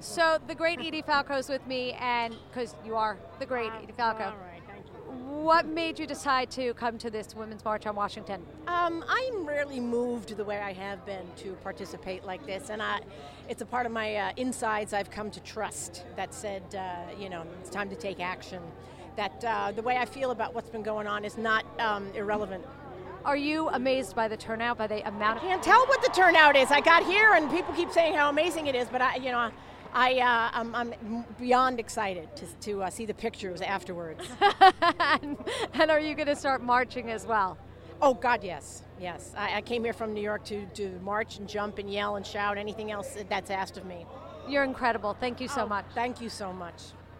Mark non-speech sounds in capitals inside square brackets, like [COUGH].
So the great Edie Falco is with me, and because you are the great Uh, Edie Falco. All right, thank you. What made you decide to come to this Women's March on Washington? Um, I'm rarely moved the way I have been to participate like this, and I, it's a part of my uh, insides I've come to trust. That said, uh, you know, it's time to take action. That uh, the way I feel about what's been going on is not um, irrelevant. Are you amazed by the turnout, by the amount of Can't tell what the turnout is. I got here, and people keep saying how amazing it is, but I, you know. I, uh, I'm, I'm beyond excited to, to uh, see the pictures afterwards. [LAUGHS] and, and are you going to start marching as well? Oh God, yes, yes. I, I came here from New York to, to march and jump and yell and shout anything else that's asked of me. Oh, You're incredible. Thank you so much. Thank you so much.